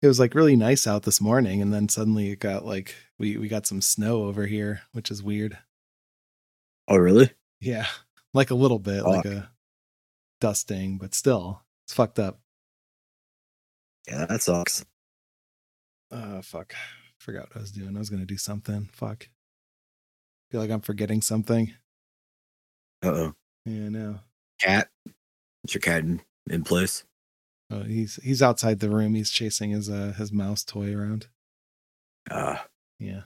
it was like really nice out this morning, and then suddenly it got like we we got some snow over here, which is weird. Oh, really? Yeah, like a little bit, like Fuck. a dusting, but still, it's fucked up. Yeah, that sucks. Uh, fuck. Forgot what I was doing. I was gonna do something. Fuck. Feel like I'm forgetting something. Uh oh. Yeah, no. Cat. Is your cat in, in place? Oh, he's he's outside the room. He's chasing his uh his mouse toy around. Uh, Yeah.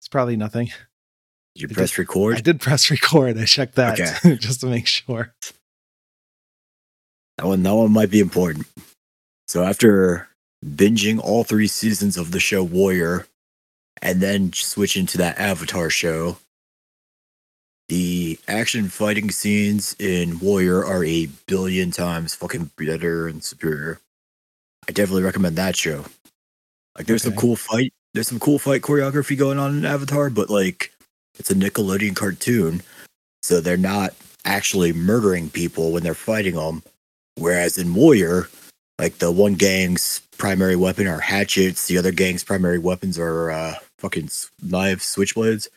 It's probably nothing. did you I press did- record? I did press record. I checked that Okay. just to make sure. That one, that one might be important. So after binging all three seasons of the show Warrior, and then switching to that Avatar show, the action fighting scenes in Warrior are a billion times fucking better and superior. I definitely recommend that show. Like, there's some Okay. cool fight, there's some cool fight choreography going on in Avatar, but like, it's a Nickelodeon cartoon, so they're not actually murdering people when they're fighting them. Whereas in Warrior, like the one gang's primary weapon are hatchets, the other gang's primary weapons are uh, fucking s- knives, switchblades.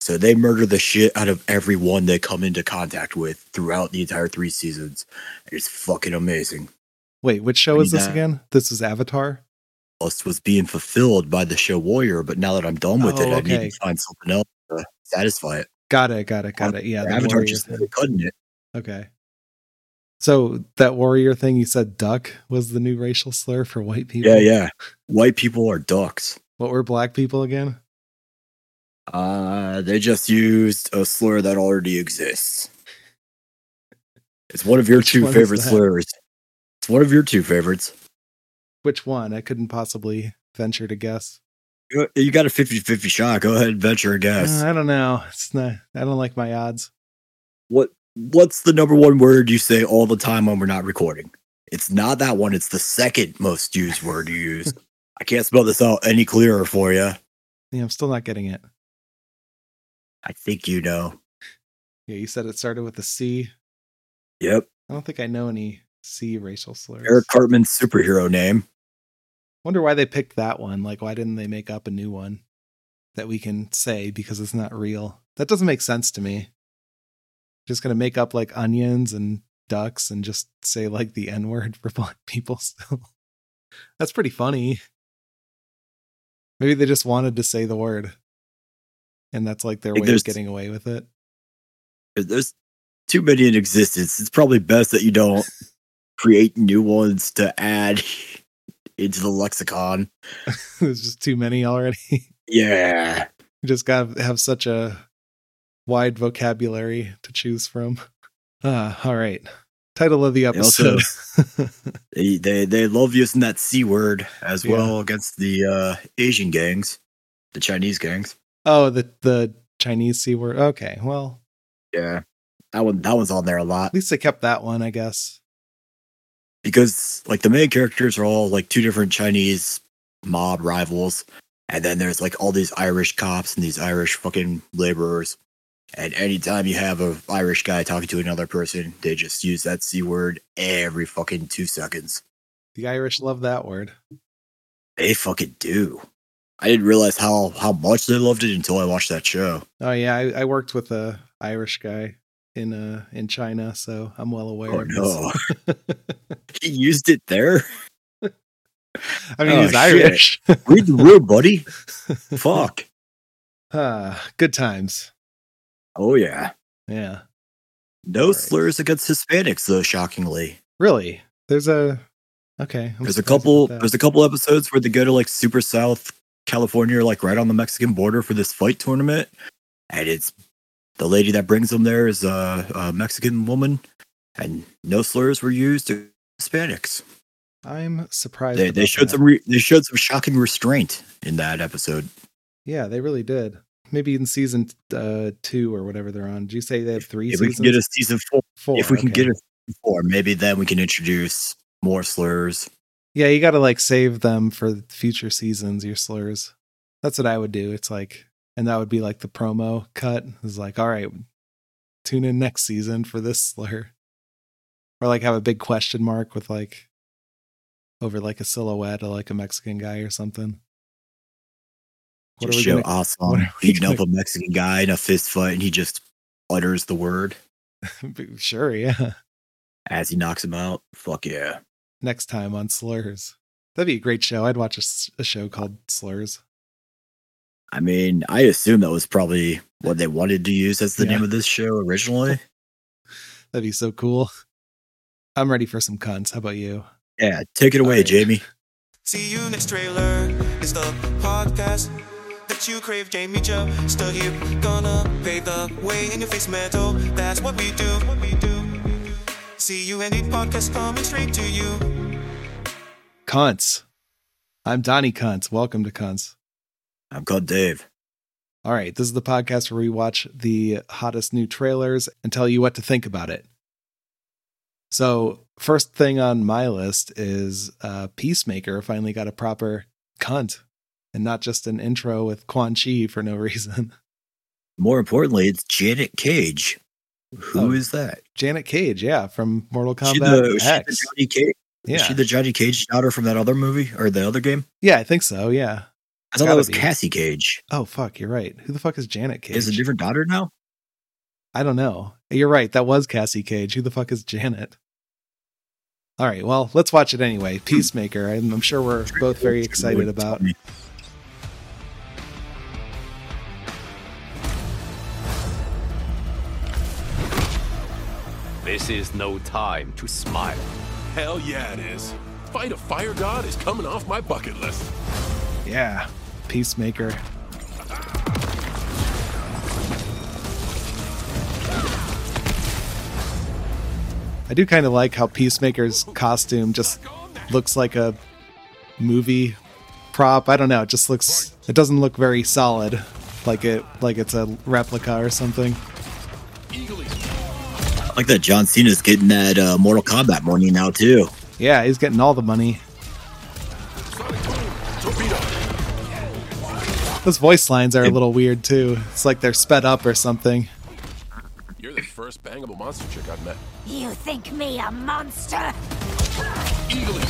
So they murder the shit out of everyone they come into contact with throughout the entire three seasons. It's fucking amazing. Wait, which show I is need this that. again? This is Avatar. Lust was being fulfilled by the show Warrior, but now that I'm done with it, Oh, I okay. need to find something else to satisfy it. Got it. Got it. Got it. Yeah. the Avatar warrior just thing. cutting it. Okay. So that warrior thing you said, duck, was the new racial slur for white people. Yeah, yeah. White people are ducks. What were black people again? Uh, they just used a slur that already exists. It's one of your Which two one is favorite that? slurs. It's one of your two favorites. Which one? I couldn't possibly venture to guess. You you got a 50 50 shot. Go ahead and venture a guess. Uh, I don't know. It's not. I don't like my odds. What What's the number one word you say all the time when we're not recording? It's not that one. It's the second most used word you use. I can't spell this out any clearer for you. Yeah, I'm still not getting it. I think you know. Yeah, you said it started with a C. Yep. I don't think I know any C racial slurs. Eric Cartman's superhero name. Wonder why they picked that one. Like, why didn't they make up a new one that we can say because it's not real? That doesn't make sense to me. Just gonna make up like onions and ducks and just say like the N word for black people still. That's pretty funny. Maybe they just wanted to say the word. And that's like their Like, way there's- of getting away with it. There's too many in existence. It's probably best that you don't create new ones to add into the lexicon. There's just too many already. Yeah. You just got to have such a wide vocabulary to choose from. Uh, all right. Title of the They also- episode. They, they they love using that C word as Yeah. well against the uh, Asian gangs, the Chinese gangs. oh, the the Chinese C word. Okay. Well, Yeah. That one that one's on there a lot. at least they kept that one, I guess. because like the main characters are all like two different Chinese mob rivals, and then there's like all these Irish cops and these Irish fucking laborers. And anytime you have a Irish guy talking to another person, they just use that c word every fucking two seconds. The Irish love that word. They fucking do. I didn't realize how how much they loved it until I watched that show. Oh yeah, I, I worked with a Irish guy in uh in China, so I'm well aware. Oh of no, this. he used it there. I mean, Oh, he's shit. Irish. Read the room, buddy. Fuck. Ah, good times. Oh yeah. Yeah. No Alright. slurs against Hispanics though. Shockingly. Really? There's a okay. I'm there's surprised a about couple that. there's a couple episodes where they go to like super south california like right on the mexican border for this fight tournament and it's the lady that brings them there is a, a mexican woman and no slurs were used to hispanics I'm surprised. they, they about showed that. some re- they showed some shocking restraint in that episode Yeah, they really did. Maybe in season uh, two or whatever they're on. Did you say they have three if we seasons? can get a season four, Four, if we can okay. get a season four maybe then we can introduce more slurs yeah, you got to like save them for future seasons. Your slurs. That's what I would do. It's like, and that would be like the promo cut. Is like, all right, tune in next season for this slur, or like have a big question mark with like over like a silhouette of like a Mexican guy or something. What are Just we show gonna, what awesome are we beating up gonna- a Mexican guy in a fist fight, and he just utters the word sure, yeah. as he knocks him out. Fuck yeah! Next time on Slurs. That'd be a great show. I'd watch a, s- a show called Slurs. I mean, I assume that was probably what they wanted to use as the Yeah. name of this show originally. That'd be so cool. I'm ready for some cunts. How about you? Yeah, take it away, Alright. Jamie. See you next trailer. It's the podcast that you crave. Jamie Joe, still here, gonna pave the way in your face, metal. That's what we do. What we do. See you any podcast coming straight to you. Cunts. I'm Donnie Cunts. Welcome to Cunts. I'm called Dave. All right, this is the podcast where we watch the hottest new trailers and tell you what to think about it. So, first thing on my list is uh, Peacemaker finally got a proper cunt and not just an intro with Quan Chi for no reason. More importantly, it's Janet Cage. Oh, Who is that? Janet Cage, yeah, from Mortal Kombat She the, she the X. Johnny Cage. Yeah. Is she the Johnny Cage daughter from that other movie or the other game? yeah, I think so, yeah. I thought Gotta that was be. Cassie Cage. Oh, fuck, you're right. Who the fuck is Janet Cage? Is it a different daughter now? I don't know. You're right. That was Cassie Cage. Who the fuck is Janet? All right. Well, let's watch it anyway. Peacemaker. I'm, I'm sure we're both very excited about. This is no time to smile. Hell yeah, it is. Fight a fire god is coming off my bucket list. Yeah. Peacemaker. I do kind of like how Peacemaker's costume just looks like a movie prop. I don't know. It just looks. It doesn't look very solid, like it like it's a replica or something. Eagerly. Like that John Cena's getting that uh, Mortal Kombat money now too. Yeah, he's getting all the money. Sonic boom. Torpedo. Those voice lines are a little weird too. It's like they're sped up or something. You're the first bangable monster chick I've met. You think me a monster? Eagerly.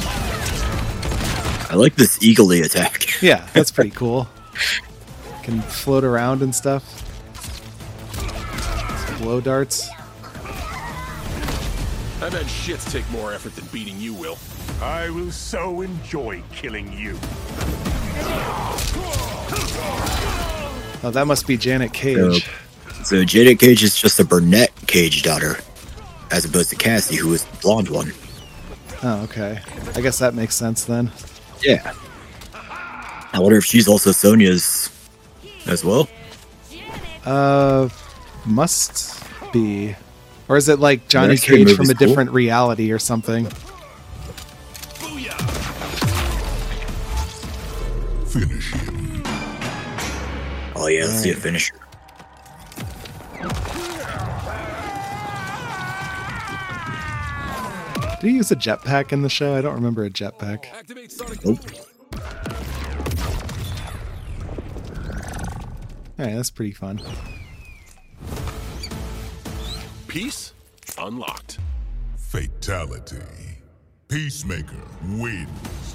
I like this eagerly attack. Yeah, that's pretty cool. Can float around and stuff. Blow darts. I've had shits take more effort than beating you, Will. I will so enjoy killing you. Oh, that must be Janet Cage. So Jada Cage is just a brunette Cage daughter, as opposed to Cassie, who is the blonde one. Oh, okay. I guess that makes sense then. Yeah. I wonder if she's also Sonya's as well. Uh, must be, or is it like Johnny Mercenary Cage from movie's a cool. different reality or something? Oh yeah, let's see a finisher. Did he use a jetpack in the show? I don't remember a jetpack. Activate Sonic boom. Nope. All right, that's pretty fun. Peace unlocked. Fatality. Peacemaker wins.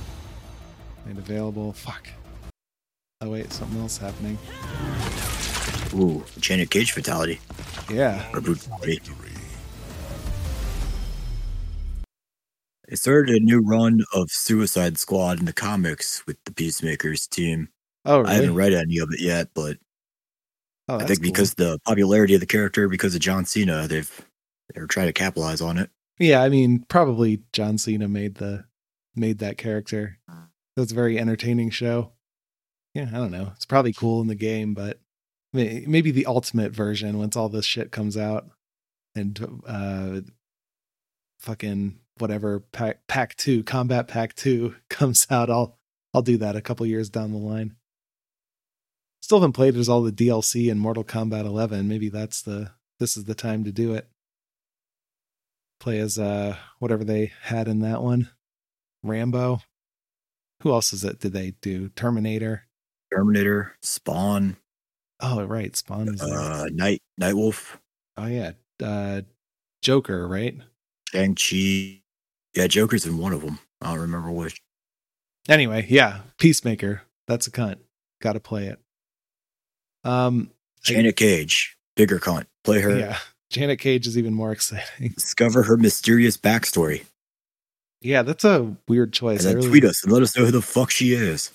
And available. Fuck. Oh wait, something else happening. Ooh, Janet Cage fatality Yeah. or brutality. Victory. It started a new run of Suicide Squad in the comics with the Peacemakers team. Oh I haven't really? read any of it yet, but Oh, I that's think cool. because the popularity of the character, because of John Cena, they've they're trying to capitalize on it. yeah, I mean probably John Cena made the made that character. That's a very entertaining show. Yeah, I don't know. It's probably cool in the game, but may- maybe the ultimate version once all this shit comes out and uh fucking whatever pack pack 2 combat pack 2 comes out I'll I'll do that a couple years down the line. Still haven't played as all the DLC in Mortal Kombat 11. Maybe that's the this is the time to do it. Play as uh whatever they had in that one. Rambo. Who else is it? Did they do Terminator? Terminator, Spawn, Oh right, Spawn was there. uh, Night Nightwolf, oh yeah, uh, Joker. Right? Shang Chi. Yeah, Joker's in one of them. I don't remember which. Anyway, yeah, Peacemaker. That's a cunt. Got to play it. Um, Janet Cage, bigger cunt. Play her. yeah, Janet Cage is even more exciting. Discover her mysterious backstory. Yeah, that's a weird choice. And I then really- tweet us and let us know who the fuck she is.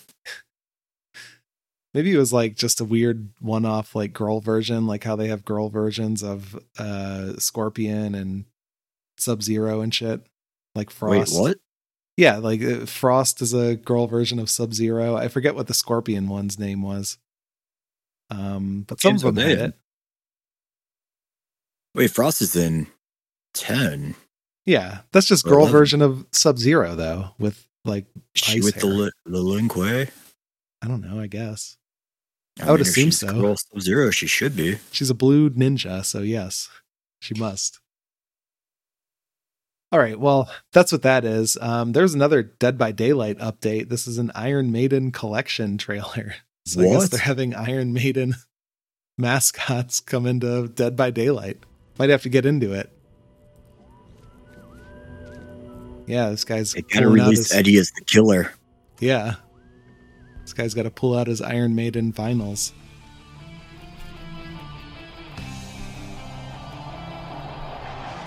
Maybe it was like just a weird one-off, like girl version, like how they have girl versions of uh Scorpion and Sub Zero and shit, like Frost. Wait, what? Yeah, like uh, Frost is a girl version of Sub Zero. I forget what the Scorpion one's name was. Um, but some of Game's them not had bad. it. Wait, Frost is in 10. Yeah, that's just Or girl 11. version of Sub Zero though. With like, She Ice with the hair. li- the Linque? I don't know. I guess I would assume so. Zero, she should be. she's a blue ninja, so yes, she must. All right, well, that's what that is. Um, there's another Dead by Daylight update. This is an Iron Maiden collection trailer. So I guess What? they're having Iron Maiden mascots come into Dead by Daylight. Might have to get into it. Yeah, this guy's They gotta pulling out release his- Eddie as the killer. yeah. This guy's got to pull out his Iron Maiden vinyls.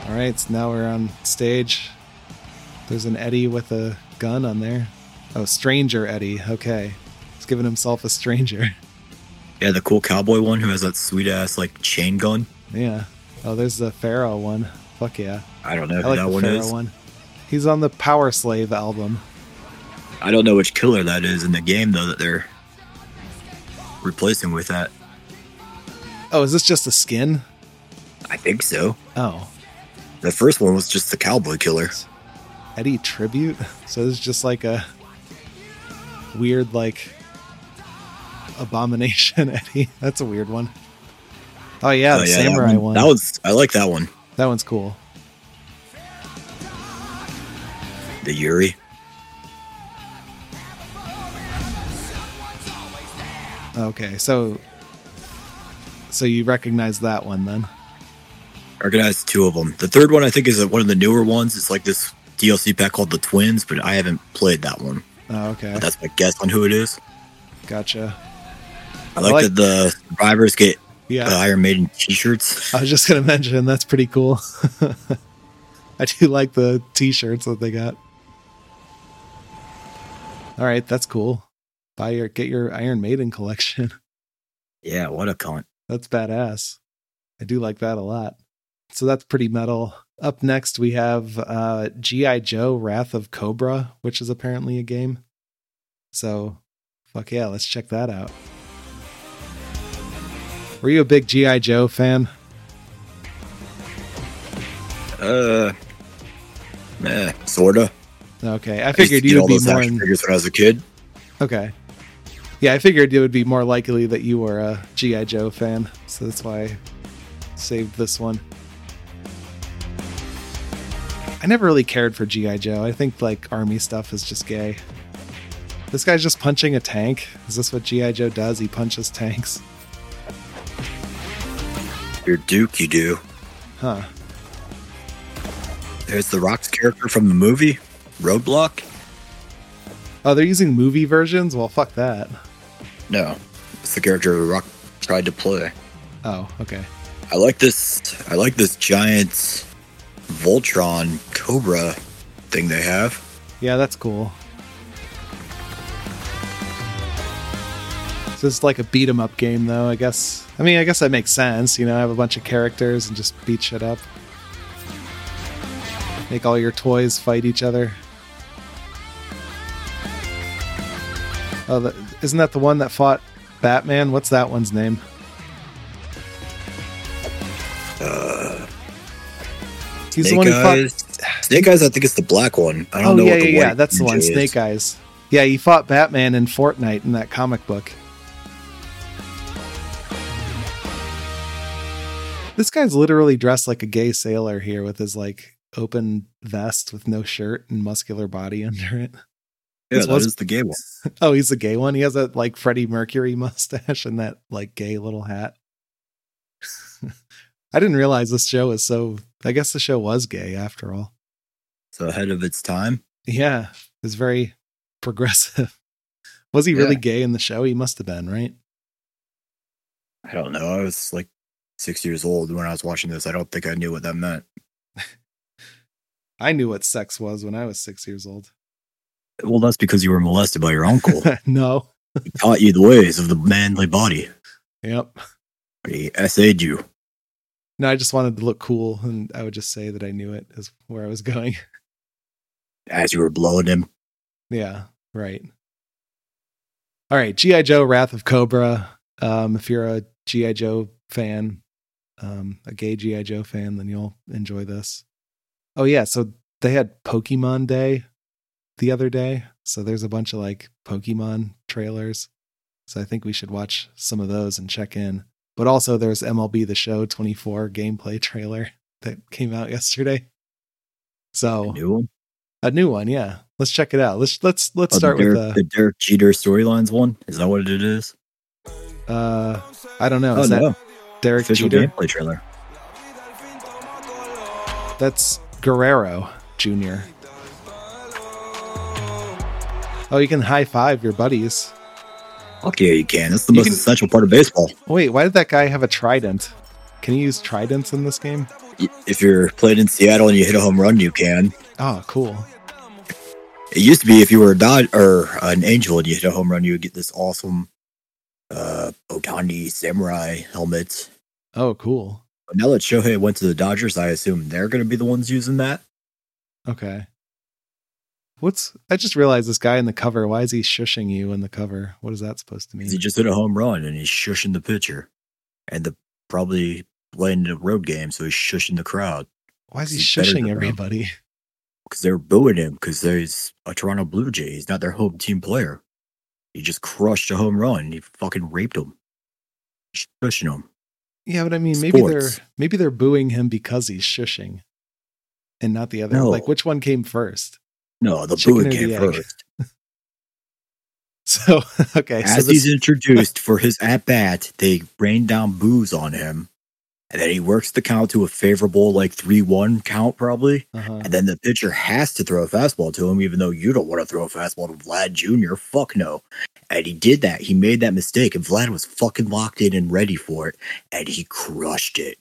All right, so now we're on stage. There's an Eddie with a gun on there. Oh, Stranger Eddie. Okay. He's giving himself a stranger. Yeah, the cool cowboy one who has that sweet ass like chain gun. Yeah. Oh, there's the Pharaoh one. Fuck yeah. I don't know I who like that the one Pharaoh is. one. He's on the Power Slave album. I don't know which killer that is in the game though that they're replacing with that. Oh, is this just a skin? I think so. Oh. The first one was just the cowboy killer. Eddie tribute. So this is just like a weird, like abomination Eddie. That's a weird one. Oh yeah, Oh, the yeah, samurai that one. That was I like that one. That one's cool. The Yuri. Okay, so so you recognize that one then? I recognize two of them. The third one I think is one of the newer ones. It's like this DLC pack called the Twins, but I haven't played that one. Oh, okay, But that's my guess on who it is. gotcha. I like, like- that the survivors get Yeah, uh, Iron Maiden T-shirts. I was just gonna mention that's pretty cool. I do like the T-shirts that they got. All right, that's cool. Buy your get your Iron Maiden collection. Yeah, what a cunt. That's badass. I do like that a lot. So that's pretty metal. Up next, we have uh, G.I. Joe Wrath of Cobra, which is apparently a game. So, fuck yeah, let's check that out. Were you a big G.I. Joe fan? Uh, eh, sorta. Okay, I I used to figured get you all would be those more. action in- figures when I was a kid. okay. Yeah, I figured it would be more likely that you were a G.I. Joe fan. So that's why I saved this one. I never really cared for G.I. Joe. I think like army stuff is just gay. This guy's just punching a tank. Is this what G.I. Joe does? He punches tanks. Your Duke, you do. Huh. There's the Rock's character from the movie Roadblock. Oh, they're using movie versions? Well, fuck that. No, it's the character The Rock tried to play. Oh, okay. I like this. I like this giant Voltron Cobra thing they have. Yeah, that's cool. So it's like a beat 'em up game, though. I guess. I mean, I guess that makes sense. You know, have a bunch of characters and just beat shit up. Make all your toys fight each other. Oh, the, isn't that the one that fought Batman? What's that one's name? He's the Snake one who fought Eyes. Snake Eyes. I think it's the black one. I don't know. Oh, yeah, what the yeah, yeah. white That's the ninja one. is. Snake Eyes. Yeah, he fought Batman in Fortnite in that comic book. This guy's literally dressed like a gay sailor here with his like open vest with no shirt and muscular body under it. Yeah, This that was- is the gay one. Oh, he's a gay one. He has a like Freddie Mercury mustache and that like gay little hat. I didn't realize this show is so I guess the show was gay after all. So ahead of its time. Yeah, it's very progressive. was he really Yeah. gay in the show? He must have been, right? I don't know. I was like six years old when I was watching this. I don't think I knew what that meant. I knew what sex was when I was six years old. Well, that's because you were molested by your uncle. no. he taught you the ways of the manly body. Yep. He essayed you. No, I just wanted to look cool, and I would just say that I knew it is where I was going. as you were blowing him. Yeah, right. All right, GI Joe: Wrath of Cobra. Um, if you're a GI Joe fan, um, a gay GI Joe fan, then you'll enjoy this. Oh yeah, so they had Pokemon Day the other day, so there's a bunch of like Pokemon trailers. So I think we should watch some of those and check in. But also, there's MLB The Show 24 gameplay trailer that came out yesterday. So Knew him. a new one, yeah. Let's check it out. Let's let's let's Oh, start the, with uh, Derek, the the. Derek Jeter storylines one. Is that what it is? Uh, I don't know. oh Is that no, Derek official Jeter? gameplay trailer. That's Guerrero Jr. Oh, you can high five your buddies. Fuck yeah, you can. That's the You most can- essential part of baseball. Oh, Wait, why did that guy have a trident? Can you use tridents in this game? Y- If you're playing in Seattle and you hit a home run, you can. Oh, cool. It used to be if you were a Dod- or an Angel and you hit a home run, you would get this awesome uh, Otani Samurai helmet. Oh, cool. But now that Shohei went to the Dodgers, I assume they're going to be the ones using that. Okay. What's? I just realized this guy in the cover. Why is he shushing you in the cover? What is that supposed to mean? He just hit a home run and he's shushing the pitcher, and the probably playing the road game, so he's shushing the crowd. Why is he he's better shushing than Rob. everybody? because they're booing him because he's a Toronto Blue Jay. He's not their home team player. He just crushed a home run. He fucking raped him. He's pushing him. Yeah, but I mean, maybe Sports. they're maybe they're booing him because he's shushing, and not the other. No. Like, which one came first? No, the Chicken booing or came the egg? first. So okay, so As this, he's introduced for his at bat, they rain down boos on him. And then he works the count to a favorable, like 3 1 count, probably. uh-huh. And then the pitcher has to throw a fastball to him, even though you don't want to throw a fastball to Vlad Jr. Fuck no. And he did that. He made that mistake, and Vlad was fucking locked in and ready for it, and he crushed it.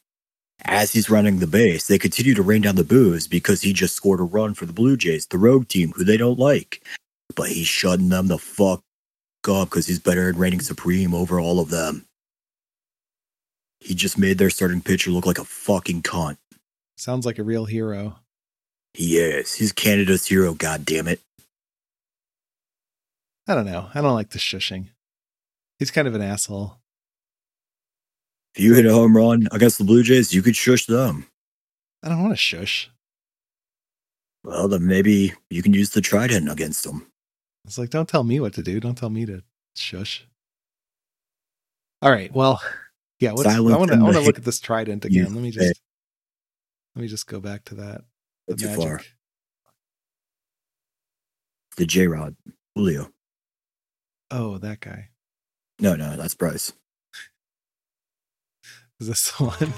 As he's running the base, they continue to rain down the boos because he just scored a run for the Blue Jays, the road team, who they don't like. But he's shutting them the fuck up because he's better at reigning supreme over all of them. He just made their starting pitcher look like a fucking cunt. sounds like a real hero. He is. He's Canada's hero, goddammit. I don't know. I don't like the shushing. He's kind of an asshole. If you hit a home run against the Blue Jays, you could shush them. I don't want to shush. Well, then maybe you can use the trident against them. It's like, don't tell me what to do. Don't tell me to shush. All right. Well, yeah. What's, I Silence want to. I and want to the look at this trident again. you Let me say. just. Let me just go back to that. The too far. magic. The J Rod, Julio. Oh, that guy. No, no, that's Bryce. Is this the one?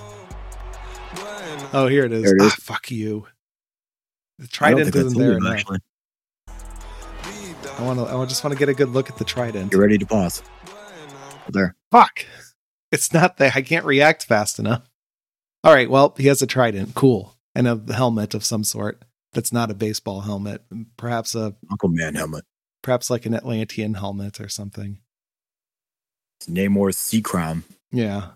Oh, here it is. There it is. Ah, fuck you. The I don't trident think that's isn't there Julio, enough. actually. I want to. I just want to get a good look at the trident. You ready to pause? There. Fuck! It's not there. I can't react fast enough. All right. Well, he has a trident. Cool, and a helmet of some sort. That's not a baseball helmet. Perhaps a Uncle Man helmet. perhaps like an Atlantean helmet or something. It's Namor's Sea Crown. Yeah.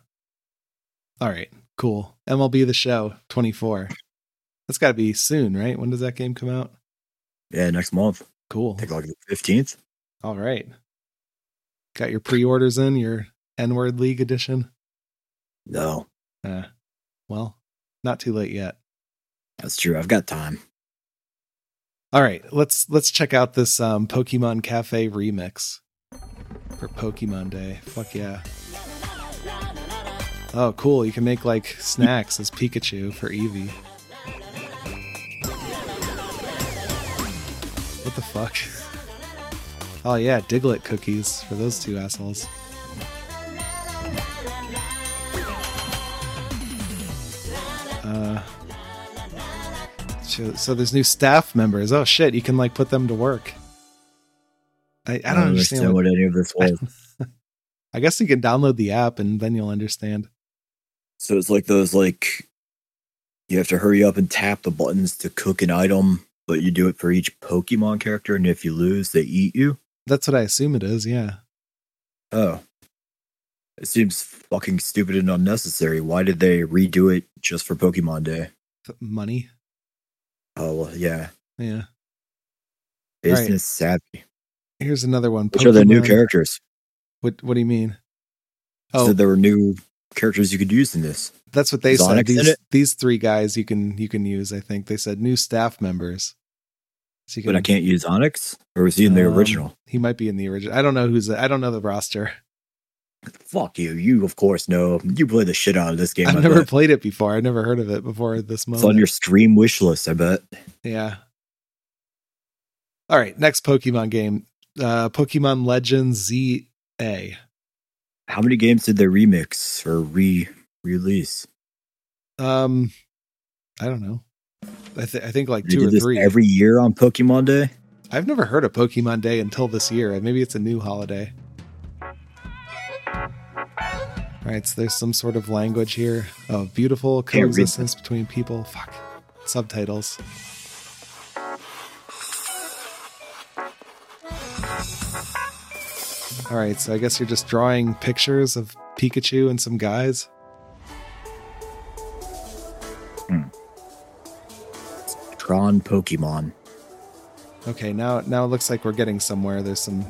All right. Cool. MLB the Show 24. That's got to be soon, right? When does that game come out? Yeah, next month. Cool. Take like the 15th. All right. Got your pre orders in, your N Word League edition? No, Uh, well, not too late yet. that's true. I've got time. All right, let's let's check out this um, Pokemon Cafe remix for Pokemon Day. Fuck yeah! Oh, cool! You can make like snacks as Pikachu for Eevee. What the fuck? Oh yeah, Diglett cookies for those two assholes. Uh, So, so there's new staff members. Oh shit, you can like put them to work. I, I don't understand. what- what any of this was. I guess you can download the app and then you'll understand. So it's like those like you have to hurry up and tap the buttons to cook an item, but you do it for each Pokemon character, and if you lose, they eat you. That's what I assume it is. Yeah. Oh. It seems fucking stupid and unnecessary. Why did they redo it just for Pokemon Day? F- Money. Oh well, yeah. Yeah. Right. Business savvy. Here's another one. Which are the new Pokemon- characters? What, what do you mean? Oh. Oh, So there were new characters you could use in this. that's what they Zonic's in said. These it? these three guys you can you can use. I think they said new staff members. So you But I can't use Onyx? Or was he in the Um, original? He might be in the original. I don't know who's. I don't know the roster. Fuck you. You of course know. You play the shit out of this game. I I've never bet. played it before. I've never heard of it before this it's moment. on your stream wish list, I bet. Yeah. All right, next Pokemon game, uh, Pokemon Legends Z A. How many games did they remix or re release? Um, I don't know. I, th- I think like They two did or this three. every year on Pokemon Day? I've never heard of Pokemon Day until this year. Maybe it's a new holiday. All right, so there's some sort of language here of beautiful Can't read coexistence between people. Fuck. Subtitles. All right, so I guess you're just drawing pictures of Pikachu and some guys. Tron Pokemon. Okay, now now it looks like we're getting somewhere. There's some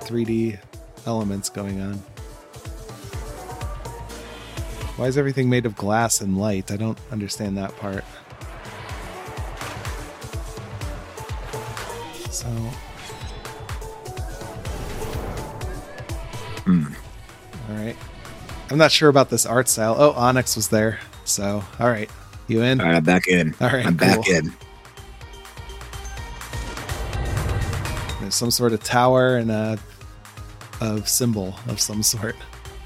3D elements going on. Why is everything made of glass and light? I don't understand that part. So All right. I'm not sure about this art style. Oh, Onyx was there. So, all right. You in? All right, I'm back in. All right, I'm back cool. in. There's some sort of tower and a, a symbol of some sort,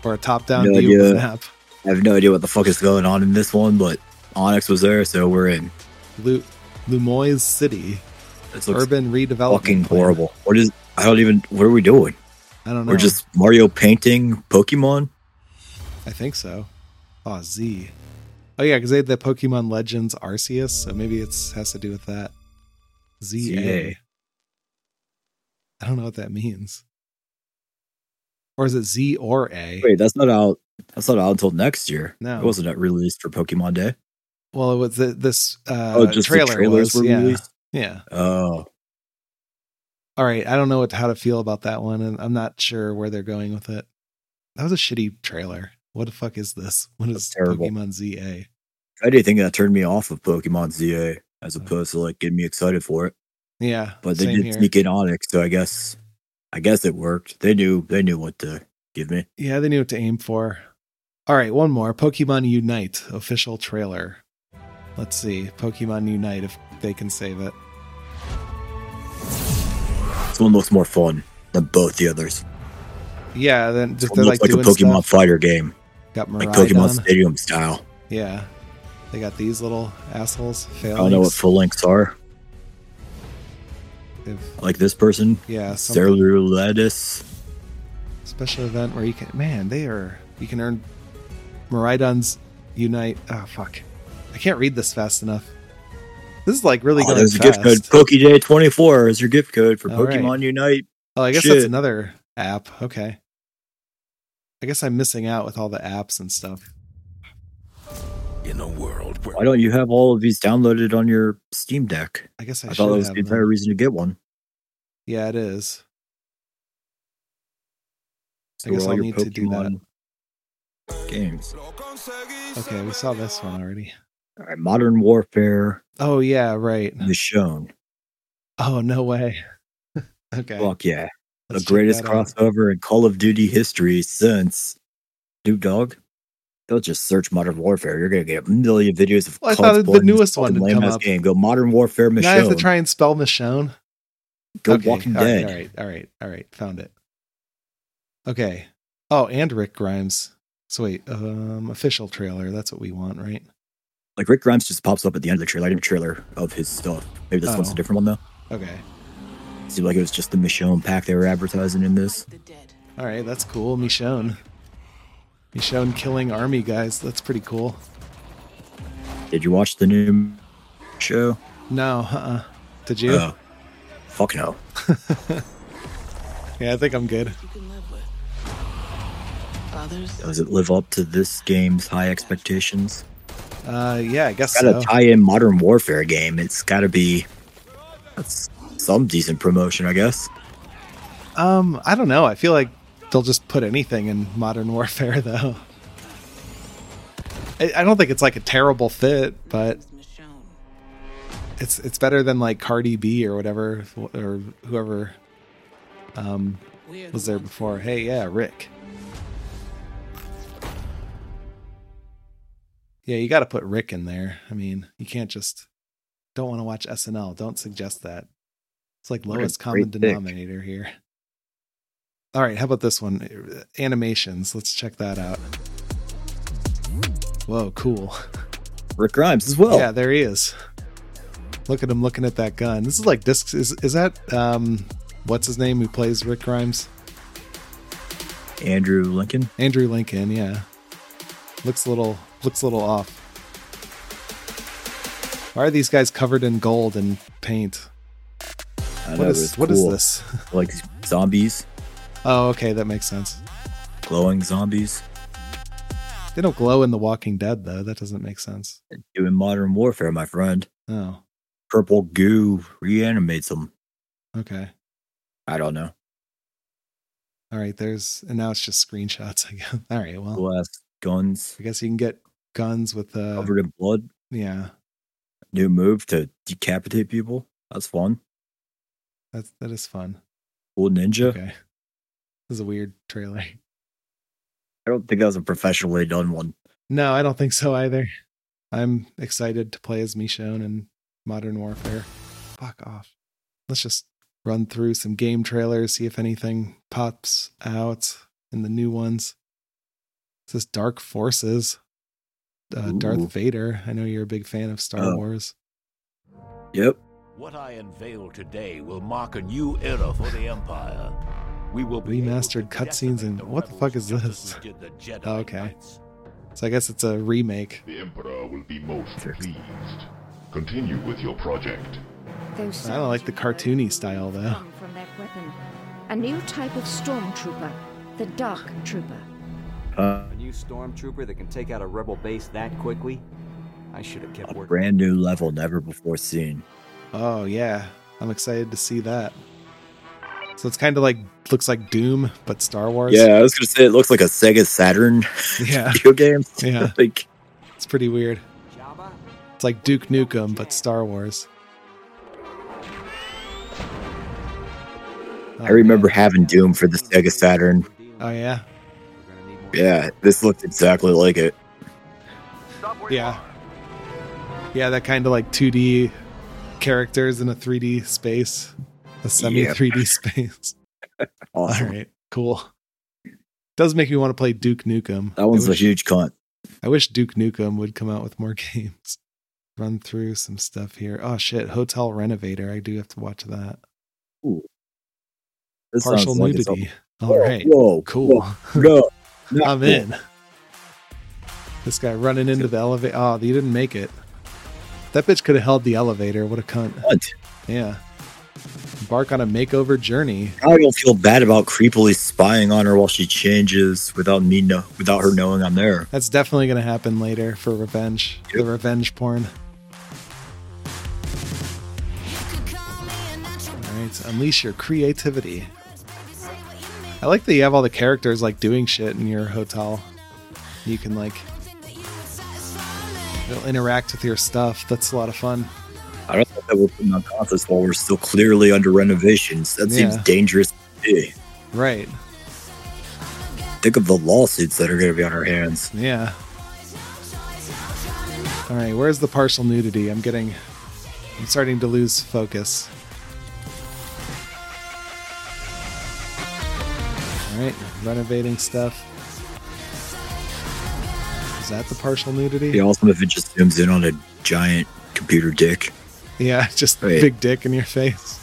or a top-down No view of the idea. map. I have no idea what the fuck is going on in this one, but Onyx was there, so we're in. Lu- Lumois City, This looks urban redevelopment. fucking plan. horrible. What is? I don't even. What are we doing? I don't know. We're just Mario painting Pokemon. I think so. Oh, Z. Oh yeah, because they had the Pokemon Legends Arceus, so maybe it's has to do with that. Z A. ZA. I don't know what that means. Or is it Z or A? Wait, that's not out. That's not out until next year. No. it wasn't that released for Pokemon Day. Well, it was the, this uh, oh, just trailer the trailers was, were yeah. released. Yeah. Oh, All right. I don't know what, how to feel about that one, and I'm not sure where they're going with it. That was a shitty trailer. What the fuck is this? What That's is terrible. Pokemon ZA? if anything, that turned me off of Pokemon ZA as opposed to like getting me excited for it. Yeah. But they same did here. sneak in Onyx, so I guess, I guess it worked. They knew. They knew what to give me. Yeah, they knew what to aim for. All right, one more. Pokemon Unite official trailer. Let's see. Pokemon Unite if they can save it. This one looks more fun than both the others. Yeah, then This just one they're like, looks like a doing Pokemon stuff. fighter game, Got like Pokemon Maridon. Stadium style. Yeah. They got these little assholes. I don't know what Phalanx. full lengths are. They've- Like this person, Yeah, some Sarah Lettuce. special event where you can man they are you can earn Maridon's unite oh fuck i can't read this fast enough this is like really Oh, going there's a gift fast code. PokeDay24 is your gift code for All right. Pokemon Unite. oh i guess Shit. that's another app okay i guess i'm missing out with all the apps and stuff In a world where Why don't you have all of these downloaded on your Steam Deck? i guess i, I, should thought that was have the them. entire reason to get one. yeah it is So guess all I'll your need to do that. Pokemon Games. okay we saw this one already All right, Modern Warfare oh yeah right is shown. oh no way okay Fuck yeah. let's check the greatest that out. crossover in Call of Duty history since Snoop Dogg. They'll just search Modern Warfare. You're gonna get a million videos of. Well, I cunts thought the playing this newest one fucking would come lame-ass up. Game. Go Modern Warfare now i have to Michonne. try and spell michonne Go Okay, Walking all right, Dead. all right, all right, all right. Found it. Okay. Oh, and Rick Grimes. So wait, um, official trailer. That's what we want, right? Like Rick Grimes just pops up at the end of the trailer. I didn't trailer of his stuff. Maybe this one's Oh. a different one though. Okay. Seemed like it was just the Michonne pack they were advertising in this. All right, that's cool. Michonne. Michonne killing army guys. That's pretty cool. Did you watch the new show? No, uh-uh. Did you? Oh, fuck no. Yeah, I think I'm good. you can live with. Others, Does it live up to this game's high expectations? Uh, yeah, I guess Got so. to tie in Modern Warfare game. It's got to be that's some decent promotion, I guess. Um, I don't know. I feel like they'll just put anything in Modern Warfare, though. I, I don't think it's like a terrible fit, but Michonne. it's it's better than like Cardi B or whatever or whoever um, We're was there before. Hey, yeah, Rick. Yeah, you got to put Rick in there. I mean, you can't just don't want to watch SNL. Don't suggest that. It's like What a lowest great common pick. denominator here. All right, how about this one? Animations. Let's check that out. Whoa, cool. Rick Grimes as well. Yeah, there he is. Look at him looking at that gun. This is like discs. Is is that um, what's his name who plays Rick Grimes? Andrew Lincoln. Andrew Lincoln, yeah. Looks a little looks a little off. Why are these guys covered in gold and paint? I know, What it is was what is cool. this? Like zombies, Oh, okay, that makes sense. glowing zombies, They don't glow in The Walking Dead though. That doesn't make sense. doing Modern Warfare, my friend. Oh, Purple goo reanimates them. okay. I don't know. All right, there's and now it's just screenshots again. All right, well, Glass guns I guess you can get guns with uh covered in blood. yeah. New move to decapitate people. That's fun. That's that is fun. Cool ninja. Okay. This is a weird trailer. I don't think that was a professionally done one. No, I don't think so either. I'm excited to play as Michonne in Modern Warfare. Fuck off. Let's just run through some game trailers, see if anything pops out in the new ones. This is Dark Forces. Uh, Ooh. Darth Vader. I know you're a big fan of Star Oh. Wars. Yep. What I unveil today will mark a new era for the Empire. We will be able to Remastered cutscenes decimate and- the what the fuck rebels is just as this? we did the Jedi Oh, okay. Knights. So I guess it's a remake. The Emperor will be most pleased. Continue with your project. Those I don't like the sounds cartoony style, though. come From that weapon. A new type of stormtrooper, the Dark Trooper. Uh, A new stormtrooper that can take out a rebel base that quickly? I should have kept a working. brand new level never before seen. Oh yeah, I'm excited to see that. So it's kind of like looks like Doom, but Star Wars. I was gonna say it looks like a Sega Saturn yeah, video game. Yeah. like it's pretty weird. Jabba? It's like Duke Nukem, but Star Wars. I remember having Doom for the Sega Saturn. Uh, Oh yeah, We're gonna need more- Yeah, this looked exactly like it. yeah, yeah. That kind of like 2D characters in a 3D space, a semi 3D space. All Awesome. right, cool. Does make me want to play Duke Nukem. I That one's a wish- huge cunt. I wish Duke Nukem would come out with more games. Run through some stuff here. Oh shit, Hotel Renovator. I do have to watch that. This Partial sounds like it's nudity. up- All right. Whoa. Cool. whoa, no. not I'm cool. in. This guy running into the elevator. Oh, he didn't make it. That bitch could have held the elevator. What a cunt. Cunt. Yeah. Embark on a makeover journey. I don't feel bad about creepily spying on her while she changes without me know without her knowing I'm there. That's definitely going to happen later for revenge. The revenge porn. All right, unleash your creativity. I like that you have all the characters like doing shit in your hotel. You can like they'll interact with your stuff. That's a lot of fun. I don't think that we're putting on concerts while we're still clearly under renovations. That Yeah. seems dangerous to me. Right. Think of the lawsuits that are going to be on our hands. Yeah. All right, where's the partial nudity? I'm getting I'm starting to lose focus. All right, renovating stuff. Is that the partial nudity? It'd be awesome if it just zooms in on a giant computer dick. Yeah, just Wait. big dick in your face.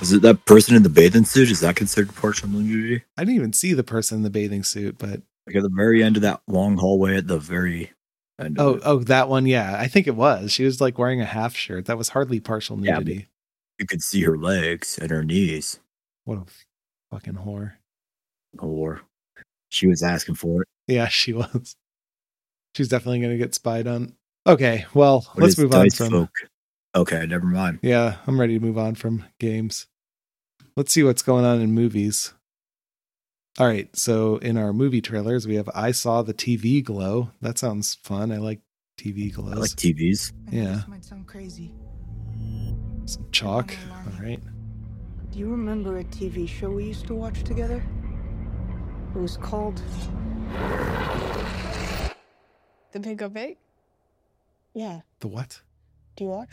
Is it that person in the bathing suit? Is that considered partial nudity? I didn't even see the person in the bathing suit, but like at the very end of that long hallway, at the very end. Oh, oh, that one. Yeah, I think it was. She was like wearing a half shirt. That was hardly partial nudity. Yeah, you could see her legs and her knees. What a fucking whore! Whore. She was asking for it. Yeah, she was. She's definitely gonna get spied on. Okay, well, what let's move on from. Folk? Okay, never mind. Yeah, I'm ready to move on from games. Let's see what's going on in movies. All right, so in our movie trailers, we have I Saw the TV Glow. That sounds fun. I like TV glows. I like TVs. Yeah. This might sound crazy. Some chalk. All right. Do you remember a TV show we used to watch together? It was called The Big of Eight? Yeah. The what? Do you watch?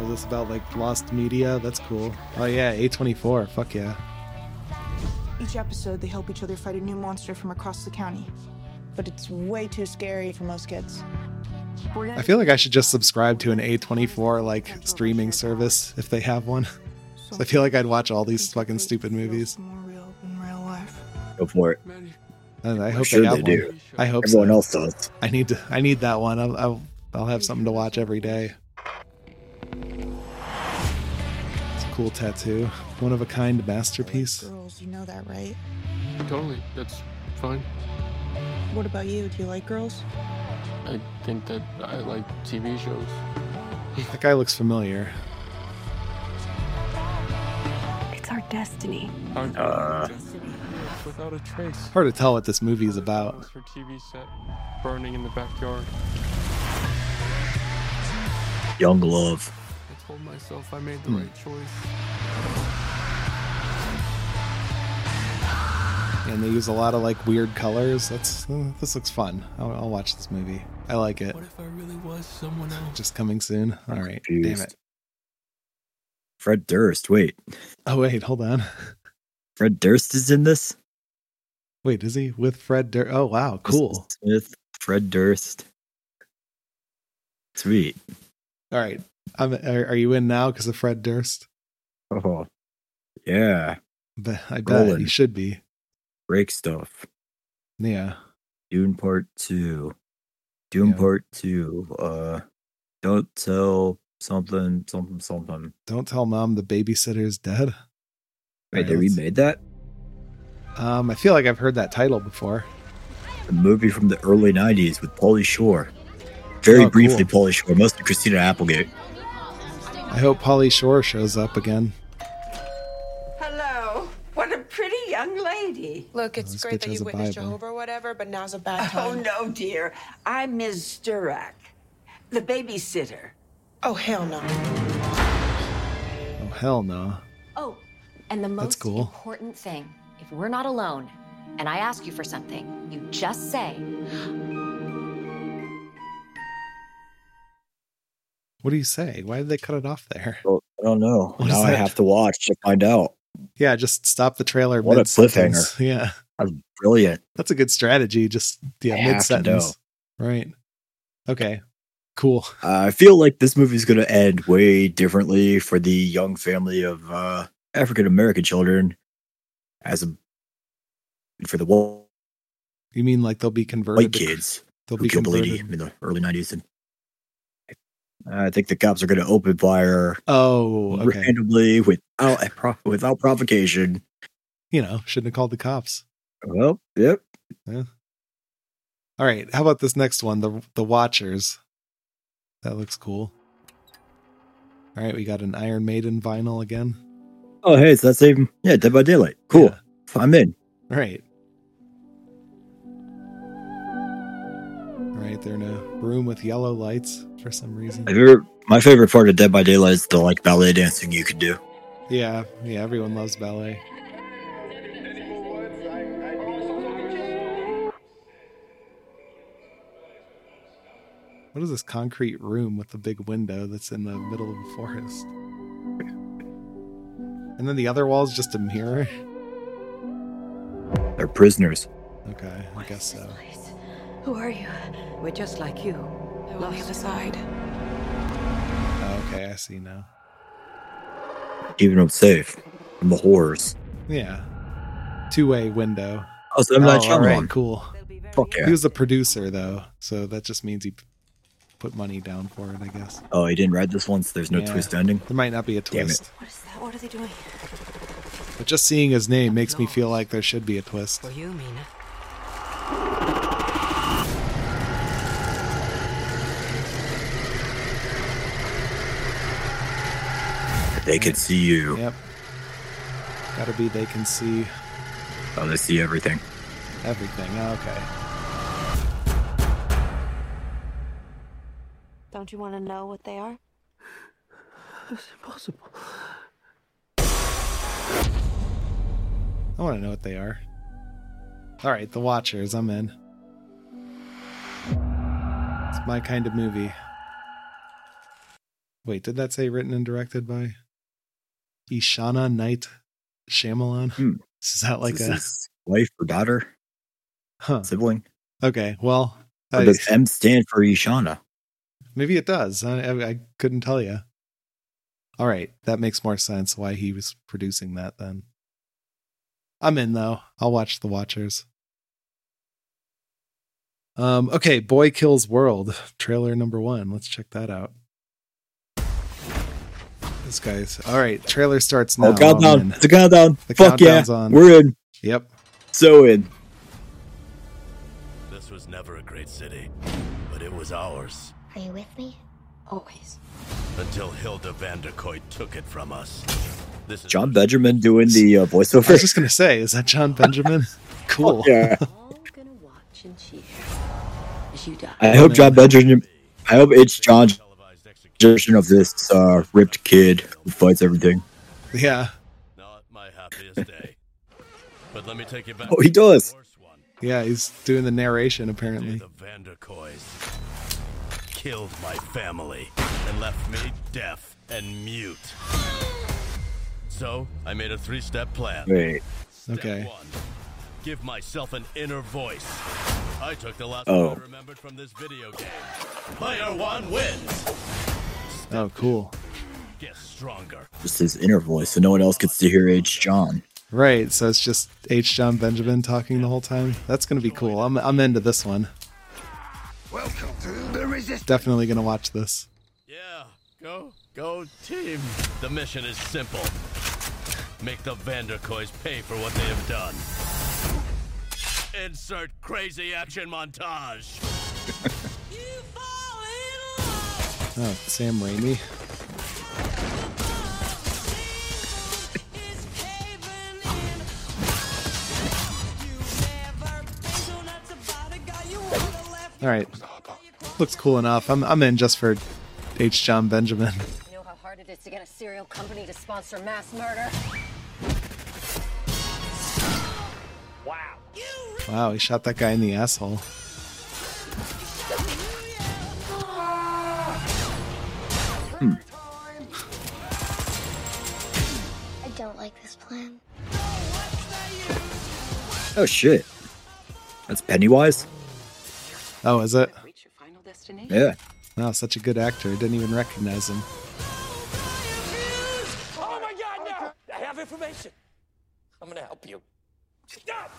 Is this about like lost media? That's cool. Oh yeah, A24. Fuck yeah. Each episode, they help each other fight a new monster from across the county. But it's way too scary for most kids. I feel like I should just subscribe to an A24 like streaming service if they have one. so I feel like I'd watch all these fucking stupid movies. Go for it. And I hope I'm sure they, have they one. do. I hope everyone so. else does. I need to. I need that one. I'll, I'll, I'll have something to watch every day. cool tattoo. One of a kind masterpiece. Girls, you know that, right? Totally. That's fine. What about you? Do you like girls? I think that I like TV shows. that guy looks familiar. It's our destiny. Uh, Without a trace. Hard to tell what this movie is about. Her TV set burning in the backyard. Young love told myself I Hmm. made the mm. right choice. And they use a lot of like weird colors. That's uh, this looks fun. I'll, I'll, watch this movie. I like it. What if I really was someone else? Just coming soon. All I'm right, confused. damn it. Fred Durst. Wait. Oh wait, hold on. Fred Durst is in this. Wait, is he with Fred Durst? Oh wow, cool. With Fred Durst. Sweet. All right, I'm, are, you in now because of Fred Durst? Oh, yeah. But I bet Rolling. you should be. Break stuff. Yeah. Dune Part Two. Dune yeah. Part Two. Uh, don't tell something, something, something. Don't tell mom the babysitter's dead. Wait, right, they remade that? Um, I feel like I've heard that title before. A movie from the early '90s with Paulie Shore. Very oh, briefly, cool. Paulie Shore, mostly Christina Applegate. I hope Polly Shore shows up again. Hello. What a pretty young lady. Look, it's oh, great that you witnessed Bible. Jehovah or whatever, but now's a bad time. Oh, no, dear. I'm Ms. Sturak, the babysitter. Oh, hell no. Oh, hell no. Oh, and the most cool. important thing if we're not alone and I ask you for something, you just say, What do you say? Why did they cut it off there? Well, I don't know. What now I have to watch to find out. Yeah, just stop the trailer. What a cliffhanger! Yeah, that's brilliant. That's a good strategy. Just yeah, mid sentence. Right. Okay. Cool. Uh, I feel like this movie is going to end way differently for the young family of uh, African American children, as a for the wall. You mean like they'll be converted? White kids. They'll be converted the in the early nineties and I think the cops are going to open fire. Oh, okay. randomly without without provocation. You know, shouldn't have called the cops. Well, yep. Yeah. All right. How about this next one? The the Watchers. That looks cool. All right, we got an Iron Maiden vinyl again. Oh, hey, it's that same. Yeah, Dead by Daylight. Cool. Yeah. I'm in. All right. All right, they're in a room with yellow lights for some reason. Ever, my favorite part of Dead by Daylight is the like ballet dancing you can do. Yeah, yeah, everyone loves ballet. What is this concrete room with the big window that's in the middle of a forest? And then the other wall is just a mirror. They're prisoners. Okay, I guess so. Who are you? We're just like you on the other side. Oh, okay, I I see now. Keeping them safe from the horrors. Yeah. Two way window. Oh, so M. Night all right, Shyamalan. cool. Fuck yeah. He was the producer though, so that just means he p- put money down for it, I guess. Oh, he didn't write this one, so there's no Yeah. twist ending. There might not be a Damn it. twist. What is that? What are they doing? But just seeing his name makes me feel like there should be a twist. For you, Mina. They can see you. Yep. Gotta be they can see Oh, they see everything. everything. Okay. Don't you want to know what they are? It's impossible. I wanna know what they are. Alright, the watchers, I'm in. It's my kind of movie. Wait, did that say written and directed by Ishana Knight Shyamalan? Hmm. Is that like Is a this wife or daughter, huh? sibling? Okay, well, Or I- does M stand for Ishana? Maybe it does. I, I, I couldn't tell you. All right, that makes more sense why he was producing that then. I'm in though. I'll watch The Watchers. Um okay, Boy Kills World, trailer number 1. Let's check that out. This guy's All right, trailer starts now. oh, countdown! I'm in. It's a countdown! The Fuck yeah! countdown's on. We're in. Yep. So in. This was never a great city, but it was ours Are you with me? Always. until Hilda Vanderkoy took it from us. This is John Benjamin doing the uh, I was voiceover. just going to say, is that John Benjamin? cool. yeah. Watch and cheer as you die. I hope John Benjamin. I hope it's John version of this uh, ripped kid who fights everything. yeah. not my happiest day. but let me take you back. Oh, he does. Yeah, he's doing the narration apparently. The Vanderkoys killed my family and left me deaf and mute. So I made a three-step plan. Wait. Step Okay. one, give myself an inner voice. I took the last Oh. one I remembered from this video game. Player one wins. Oh, cool. Get stronger. Just his inner voice, so no one else gets to hear H. John. Right, so it's just H. John Benjamin talking the whole time. That's gonna be cool. I'm I'm into this one. Welcome to the resistance. Definitely gonna watch this. Yeah, go, go team. The mission is simple. Make the Vanderkoys pay for what they have done. Insert crazy action montage. Oh, Sam Raimi. All right, looks cool enough. I'm I'm in just for H. John Benjamin. You know how hard it is to get a serial company to sponsor mass murder? Wow, he shot that guy in the asshole. I don't like this plan. Oh shit. That's Pennywise. Oh, is it? Yeah. Wow, such a good actor. I didn't even recognize him. Oh my god, no! I have information. I'm gonna help you. Stop!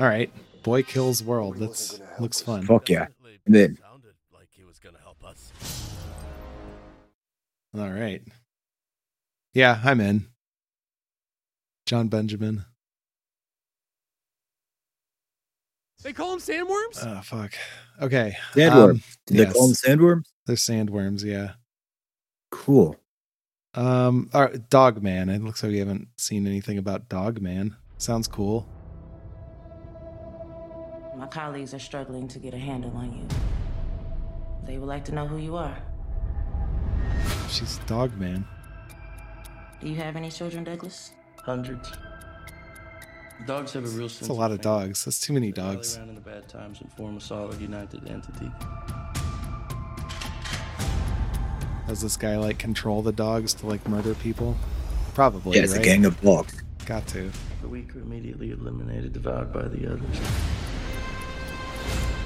All right, Boy Kills World. That's looks fun. Fuck yeah. And then All right. Yeah, I'm in. John Benjamin. They call them sandworms? Oh, fuck. Okay. Sandworm. um, Did they call them yes. sandworms? They're sandworms, yeah. Cool. Um, all right, Dog Man. It looks like we haven't seen anything about Dog Man. Sounds cool. My colleagues are struggling to get a handle on you. They would like to know who you are. She's Dog Man. Do you have any children, Douglas? Hundreds. Dogs have a real sense. That's a lot of family. dogs. That's too many They rally dogs. around in the bad times and form a solid, united entity. Does this guy like control the dogs to like murder people? Probably. Yeah, it's right? a gang of dogs. Got to. The weak are immediately eliminated, devoured by the others.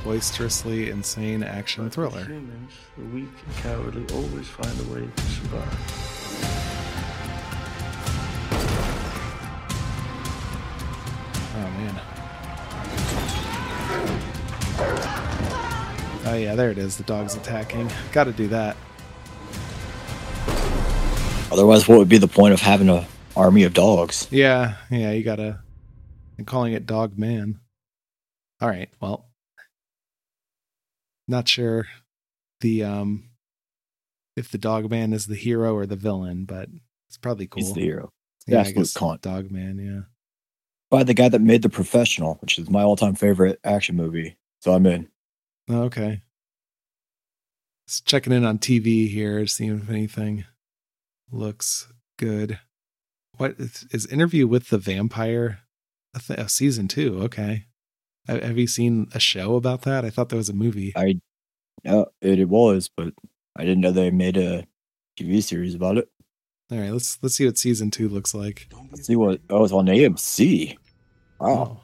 boisterously insane action thriller. Humans, the weak and cowardly always find a way to survive. Oh man. Oh yeah, there it is. The dog's attacking. Got to do that. Otherwise, what would be the point of having an army of dogs? Yeah, yeah, you gotta. And calling it Dog Man. All right, well, not sure the um if the Dog Man is the hero or the villain, but it's probably cool. He's the hero. Yeah, Absolute I guess con. Dog Man. Yeah by the guy that made The Professional, which is my all time favorite action movie. So I'm in. Oh, Okay. Just checking in on TV here, seeing if anything looks good. What is, is Interview with the Vampire a, th- a season two? Okay. I, have you seen a show about that? I thought that was a movie. I no, it, it was, but I didn't know they made a TV series about it. All right, let's let's see what season two looks like. Let's see what oh, it's on AMC. Wow.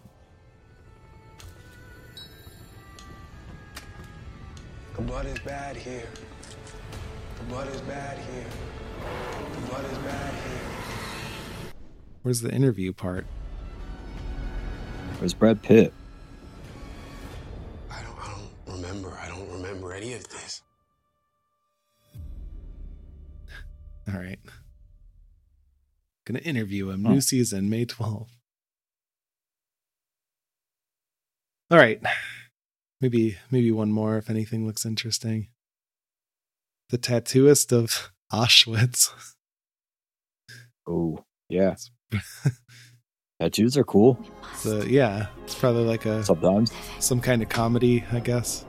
The blood is bad here. The blood is bad here. The blood is bad here. Where's the interview part? Where's Brad Pitt? I don't, I don't remember. I don't remember any of this. All right. Gonna interview him. New oh. season, May 12th. All right. Maybe maybe one more if anything looks interesting. The tattooist of Auschwitz. Oh, yeah. Tattoos are cool. So yeah, it's probably like a sometimes some kind of comedy, I guess.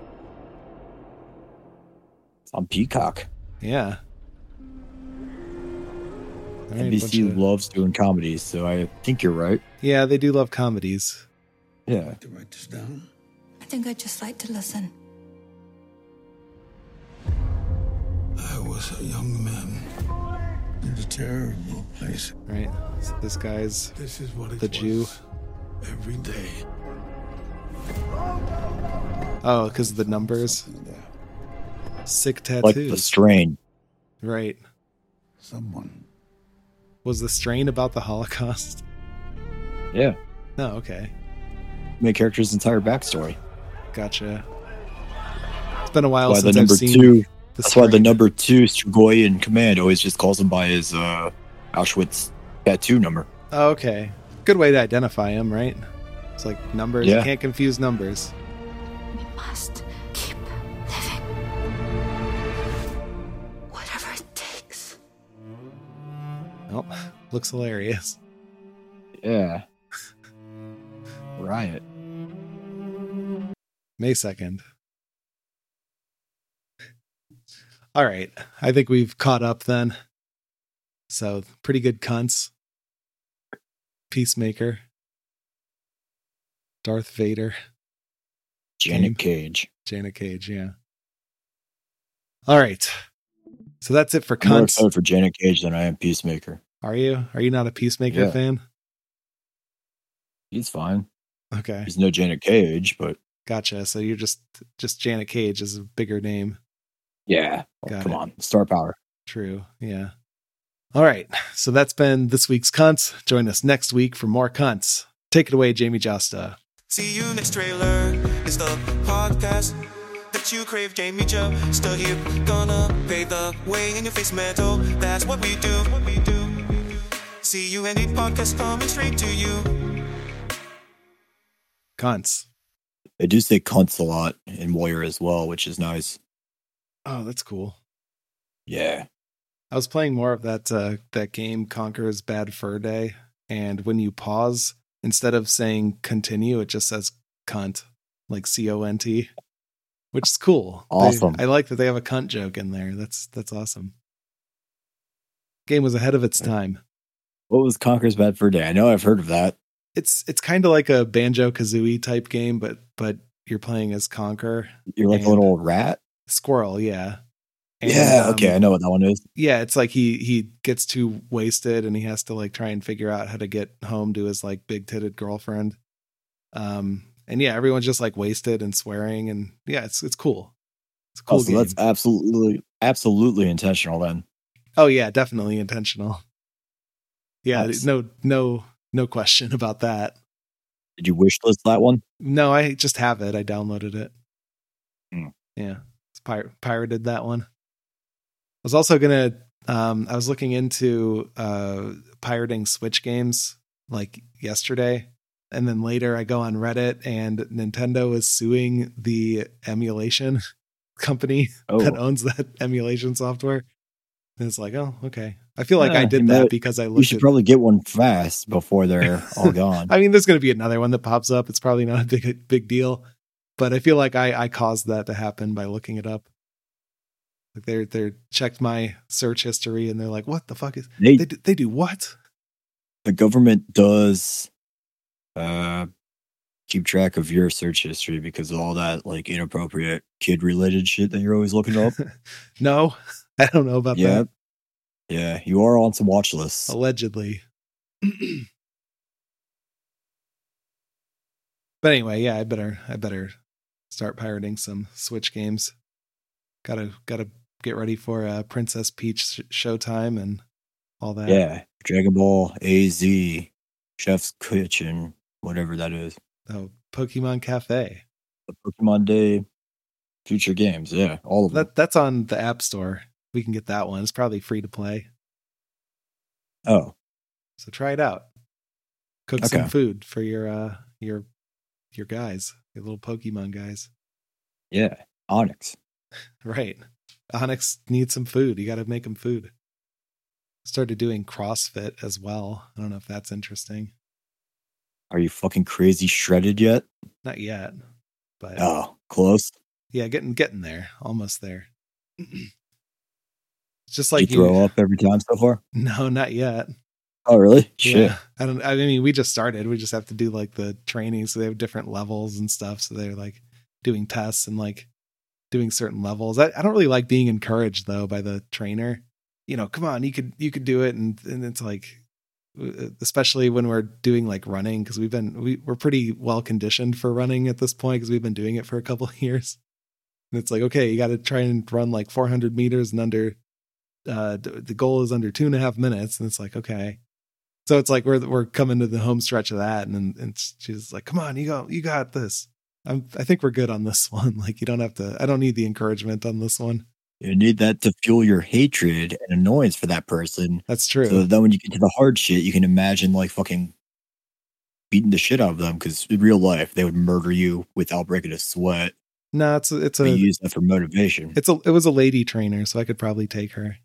It's on Peacock. Yeah. Right, NBC of, loves doing comedies, so I think you're right. Yeah, they do love comedies. Yeah. Like to write this down. I think I'd just like to listen. I was a young man in a terrible place. Right. So this guy's this is what the Jew. Every day. Oh, because of the numbers. Sick tattoos. Like the strain. Right. Someone was the strain about the Holocaust? Yeah. Oh, okay. Main character's entire backstory. Gotcha. It's been a while since I've seen. Two, that's strain. why the number two Strigoi in command always just calls him by his uh, Auschwitz tattoo number. Oh, okay. Good way to identify him, right? It's like numbers. Yeah. You can't confuse numbers. We must keep living. Whatever it takes. Well, looks hilarious. Yeah. Riot. May 2nd. All right. I think we've caught up then. So, pretty good cunts. Peacemaker. Darth Vader. Janet Cage. Janet Cage, yeah. All right. So that's it for cunts. I'm more excited for Janet Cage than I am Peacemaker. Are you? Are you not a Peacemaker yeah. fan? He's fine. Okay. He's no Janet Cage, but gotcha. So you're just just Janet Cage is a bigger name. Yeah. Got Oh, Come it. on, star power. True. Yeah. All right. So that's been this week's cunts. Join us next week for more cunts. Take it away, Jamie Josta. See you next trailer. It's the podcast that you crave, Jamie Joe. Still here, gonna pay the way in your face metal. That's what we do. What we do. See you any podcast coming straight to you. Cunts. They do say cunts a lot in Warrior as well, which is nice. Oh, that's cool. Yeah. I was playing more of that uh, that game Conquer's Bad Fur Day, and when you pause, instead of saying continue, it just says cunt, like C O N T which is cool. Awesome. They, I like that they have a cunt joke in there. That's that's awesome. Game was ahead of its time. What was Conker's Bad Fur Day? I know I've heard of that. It's it's kind of like a banjo kazooie type game, but but you're playing as Conker. You're like a little rat squirrel, yeah. And, yeah. Um, okay, I know what that one is. Yeah, it's like he he gets too wasted and he has to like try and figure out how to get home to his like big titted girlfriend. Um, And yeah, everyone's just like wasted and swearing, and yeah, it's it's cool. It's a cool. oh, so game. that's absolutely absolutely intentional then. oh yeah, definitely intentional. Yeah, no no no question about that. Did you wish list that one? No, I just have it. I downloaded it. Hmm. Yeah, it's pir- pirated that one. I was also gonna. Um, I was looking into uh, pirating Switch games like yesterday, and then later I go on Reddit and Nintendo is suing the emulation company Oh. that owns that emulation software. And it's like, oh, okay. I feel like Yeah, I you did that might- because I You looked should at probably get one fast before they're all gone. I mean, there's going to be another one that pops up. It's probably not a big big deal, but I feel like I I caused that to happen by looking it up. Like they're they're checked my search history and they're like, what the fuck is They- they do, they do what? the government does uh keep track of your search history because of all that like inappropriate kid related shit that you're always looking up. No, I don't know about yeah. that. Yeah, you are on some watch lists. Allegedly. but anyway, yeah, I better I better start pirating some Switch games. Gotta gotta get ready for uh, Princess Peach sh- Showtime and all that. Yeah. Dragon Ball AZ, Chef's Kitchen, whatever that is. Oh, Pokemon Cafe. The Pokemon Day future games. Yeah, all of them. That that's on the App Store. We can get that one. It's probably free to play. oh, So try it out. Cook some Okay. food for your uh your your guys, your little Pokemon guys. yeah. Onyx. Right. Onyx needs some food. You got to make him food. Started doing CrossFit as well. I don't know if that's interesting. Are you fucking crazy shredded yet? Not yet, but Oh, close. yeah, getting getting there, almost there. it's just Did like you throw up every time so far? No, not yet. Oh, really? Shit. Yeah. I don't I mean we just started. We just have to do like the training. So they have different levels and stuff. So they're like doing tests and like doing certain levels. I, I don't really like being encouraged though by the trainer. You know, come on, you could you could do it and and it's like uh, especially when we're doing like running because we've been we, we're pretty well conditioned for running at this point because we've been doing it for a couple of years and it's like okay you got to try and run like 400 meters and under uh d- the goal is under two and a half minutes and it's like okay so it's like we're we're coming to the home stretch of that, and then- and she's like, "Come on, you go, you got this." I'm I think we're good on this one. Like you don't have to. I don't need the encouragement on this one. You need that to fuel your hatred and annoyance for that person. That's true. So then when you get to the hard shit, you can imagine like fucking beating the shit out of them because in real life, they would murder you without breaking a sweat. no, it's a, it's They a use that for motivation. it's a it was a lady trainer, so I could probably take her.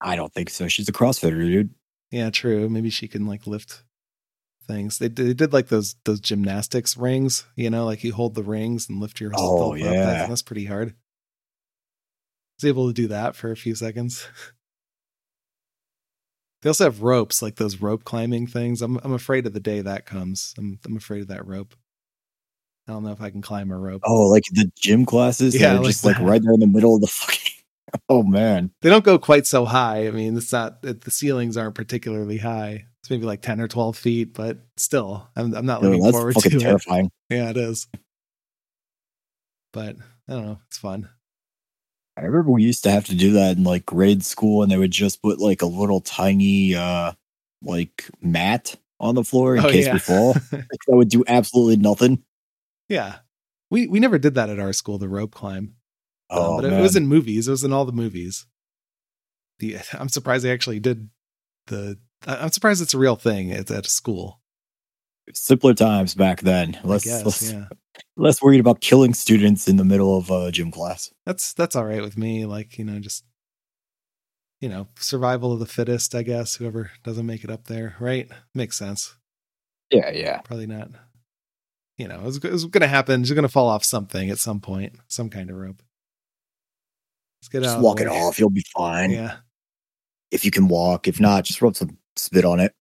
I don't think so. She's a CrossFitter, dude. Yeah, true. Maybe she can like lift things. They did, they did like those those gymnastics rings. You know, like you hold the rings and lift yourself Oh, up. yeah. That's, that's pretty hard. I was able to do that for a few seconds. They also have ropes, like those rope climbing things. I'm I'm afraid of the day that comes. I'm I'm afraid of that rope. I don't know if I can climb a rope. Oh, like the gym classes Yeah, yeah, that are like just like that. right there in the middle of the fucking. Oh, man. They don't go quite so high. I mean, it's not it- the ceilings aren't particularly high. It's maybe like ten or twelve feet, but still, I'm I'm not Yo, looking that's forward fucking to it. terrifying. Yeah, it is. But I don't know. It's fun. I remember we used to have to do that in like grade school, and they would just put like a little tiny, uh, like mat on the floor in Oh, case yeah. we fall. like, that would do absolutely nothing. Yeah. We we never did that at our school, the rope climb. Um, Oh, but it, it was man. in movies. It was in all the movies. The I'm surprised they actually did the. I- I'm surprised it's a real thing at, at a school. simpler times back then. Less, I guess. less, yeah. less worried about killing students in the middle of uh, gym class. That's that's all right with me. Like you know, just you know, survival of the fittest. I guess whoever doesn't make it up there, right, makes sense. Yeah, yeah. Probably not. You know, it was, it was going to happen. She's going to fall off something at some point, some kind of rope. Let's get out. Just of the walk it way. off. You'll be fine. Yeah. If you can walk. If not, just rub some spit on it.